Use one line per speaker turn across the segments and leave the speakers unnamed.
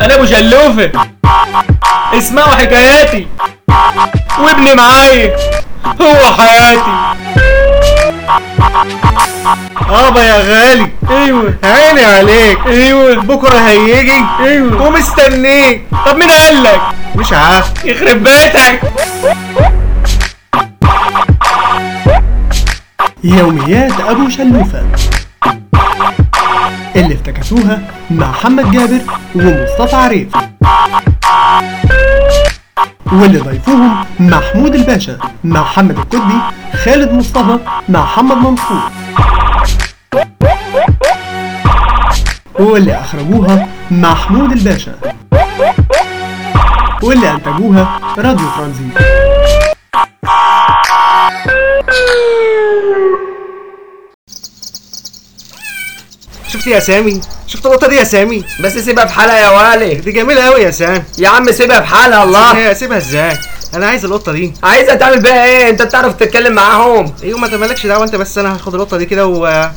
انا ابو شلوفه اسمعوا حكاياتي وابني معايا هو حياتي
ابا آه، يا غالي
ايوه
عيني عليك
ايوه
بكره هيجي
ايوه
ومستنيك
طب مين قال لك
مش عارف
يخرب بيتك
يوميات أبو شلوفة اللي افتكسوها مع محمد جابر ومصطفى عريف واللي ضيفوهم محمود الباشا مع محمد الكتبي خالد مصطفى مع محمد منصور واللي أخرجوها محمود الباشا واللي أنتجوها راديو ترانزيت
شفت يا سامي شفت القطه دي يا سامي
بس سيبها في حالها يا والي
دي جميله قوي يا سامي
يا عم سيبها في حالها الله
هي اسيبها ازاي انا عايز القطه دي
عايزها تعمل بيها ايه انت بتعرف تتكلم معاهم
ايوه ما مالكش دعوه انت بس انا هاخد القطه دي كده و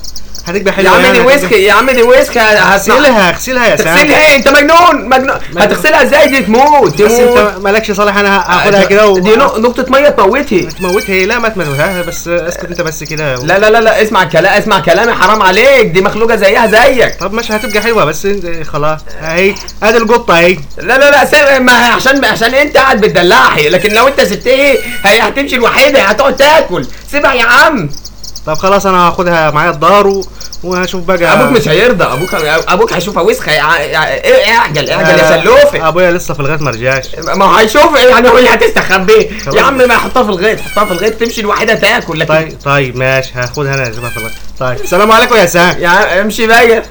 هتكبح حلو
يا عم
يعني
دي ويسك يا عم دي ويسك هتغسلها
اغسلها اغسلها يا سامي
تغسلها ايه انت مجنون مجنون هتغسلها ازاي دي تموت
بس
تموت
انت مالكش صالح انا هاخدها كده و...
آه، دي نق- نقطة مية تموتي
تموتها هي لا ما تموتها بس اسكت انت بس كده و...
لا لا لا لا اسمع الكلام اسمع كلامي حرام عليك دي مخلوقة زيها زيك
طب ماشي هتبقى حلوه بس انت- خلاص اهي ادي القطه اهي
لا لا لا سيب ما هي عشان عشان انت قاعد بتدلعي لكن لو انت سبتيه هي هتمشي الوحيدة هتقعد تاكل سيبها يا عم
طب خلاص انا هاخدها معايا الدار و... وهشوف بقى
ابوك مش هيرضى ابوك ابوك هيشوفها وسخه يع- يع- إيه، اعجل اعجل يا سلوفه
ابويا آه، لسه في لغايه ما رجعش
ما هو هيشوف إيه، يعني هو اللي هتستخبيه
خلاص.
يا عم ما حطها في الغيط حطها في الغيط تمشي لوحدها تاكل لكن
طيب طيب ماشي هاخدها انا اسيبها في الغاية طيب السلام عليكم يا سام
يا عم امشي بقى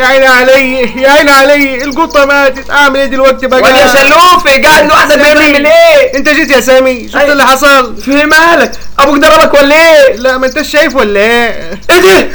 يا عيني علي يا عيني علي القطه ماتت اعمل ايه دلوقتي بقى
ولا سلوفه قاعد لوحدك بتعمل ايه
انت جيت يا سامي شفت
أي.
اللي حصل
طيب. في مالك ابوك ضربك ولا ايه
لا ما انتش شايف ولا ايه
ايه دي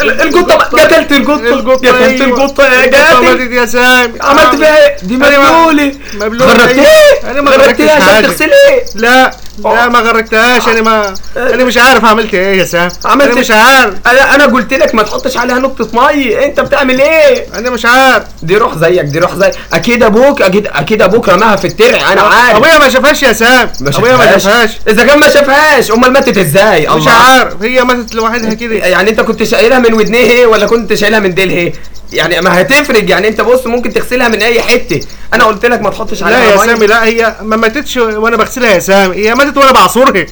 ال- القطه بقى- قتلت القطه قتلت
أيوة.
القطه يا
القطة
جاتي
ماتت يا سامي
عملت
أعمل-
فيها ايه دي
أيوة.
مبلوله
مبلولة
غرقت ايه
انا ما
غرقت
غرقتش
ايه عشان
حاجه
تغسل ايه
لا لا ما غرقتهاش انا ما انا مش عارف عملت ايه يا سام
عملت
انا مش
إيه؟
عارف
انا انا قلت لك ما تحطش عليها نقطه مي انت بتعمل ايه
انا مش عارف
دي روح زيك دي روح زيك اكيد ابوك اكيد اكيد ابوك رماها في الترع انا عارف
ابويا ما شافهاش يا سام ابويا ما شافهاش
اذا كان ما شافهاش امال ماتت ازاي
مش عارف هي ماتت لوحدها كده
يعني انت كنت شايلها من ودنيه ولا كنت شايلها من ديلها يعني ما هتفرق يعني انت بص ممكن تغسلها من اي حته انا قلت لك ما تحطش عليها
لا يا
مية.
سامي لا هي ما ماتتش وانا بغسلها يا سامي هي ماتت وانا بعصرها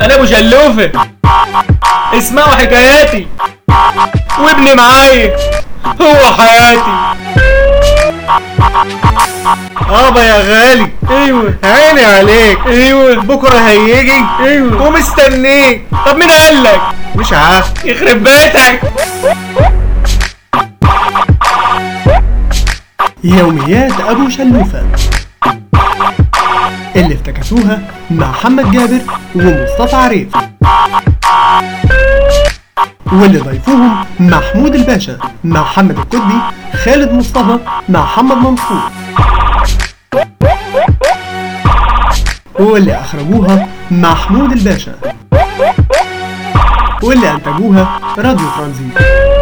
انا ابو شلوفه اسمعوا حكاياتي وابني معايا هو حياتي
ابا يا غالي
ايوه
عيني عليك
أيوة.
ايوه
بكره هيجي
ايوه
ومستنيك
طب مين قال لك
مش عارف
يخرب بيتك
يوميات أبو شلوفة اللي افتكسوها مع محمد جابر ومصطفى عريف واللي ضيفوهم محمود الباشا مع محمد الكتبي خالد مصطفى مع محمد منصور واللي أخرجوها محمود الباشا واللي أنتجوها راديو ترانزيت